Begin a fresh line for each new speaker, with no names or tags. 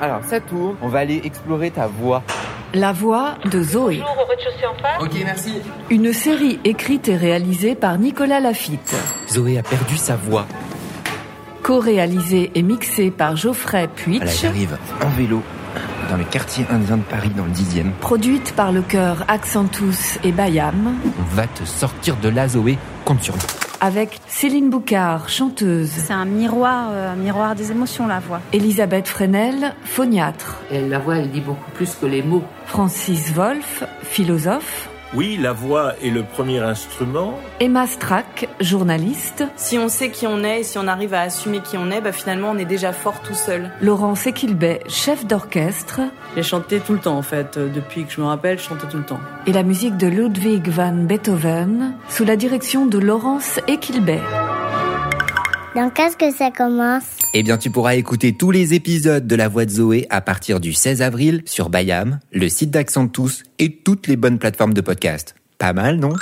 Alors, ça tourne. On va aller explorer ta voix.
La voix de Zoé.
Toujours au rez-de-chaussée en face.
Ok, merci.
Une série écrite et réalisée par Nicolas Lafitte.
Zoé a perdu sa voix.
Co-réalisée et mixée par Geoffrey
Voilà,
Puitch.
j'arrive en vélo dans le quartier indien de Paris, dans le 10e.
Produite par le chœur Accentus et Bayam.
On va te sortir de là, Zoé. Compte sur nous.
Avec Céline Boucard, chanteuse.
C'est un miroir, euh, un miroir des émotions, la voix.
Elisabeth Fresnel, phoniatre.
Et la voix, elle dit beaucoup plus que les mots.
Francis Wolff, philosophe.
Oui, la voix est le premier instrument.
Emma Strack, journaliste.
Si on sait qui on est et si on arrive à assumer qui on est, bah finalement on est déjà fort tout seul.
Laurence Equilbet, chef d'orchestre.
J'ai chanté tout le temps en fait, Euh, depuis que je me rappelle, je chantais tout le temps.
Et la musique de Ludwig van Beethoven, sous la direction de Laurence Equilbet.
Dans qu'est-ce que ça commence
Eh bien, tu pourras écouter tous les épisodes de La Voix de Zoé à partir du 16 avril sur Bayam, le site d'Accentus et toutes les bonnes plateformes de podcast. Pas mal, non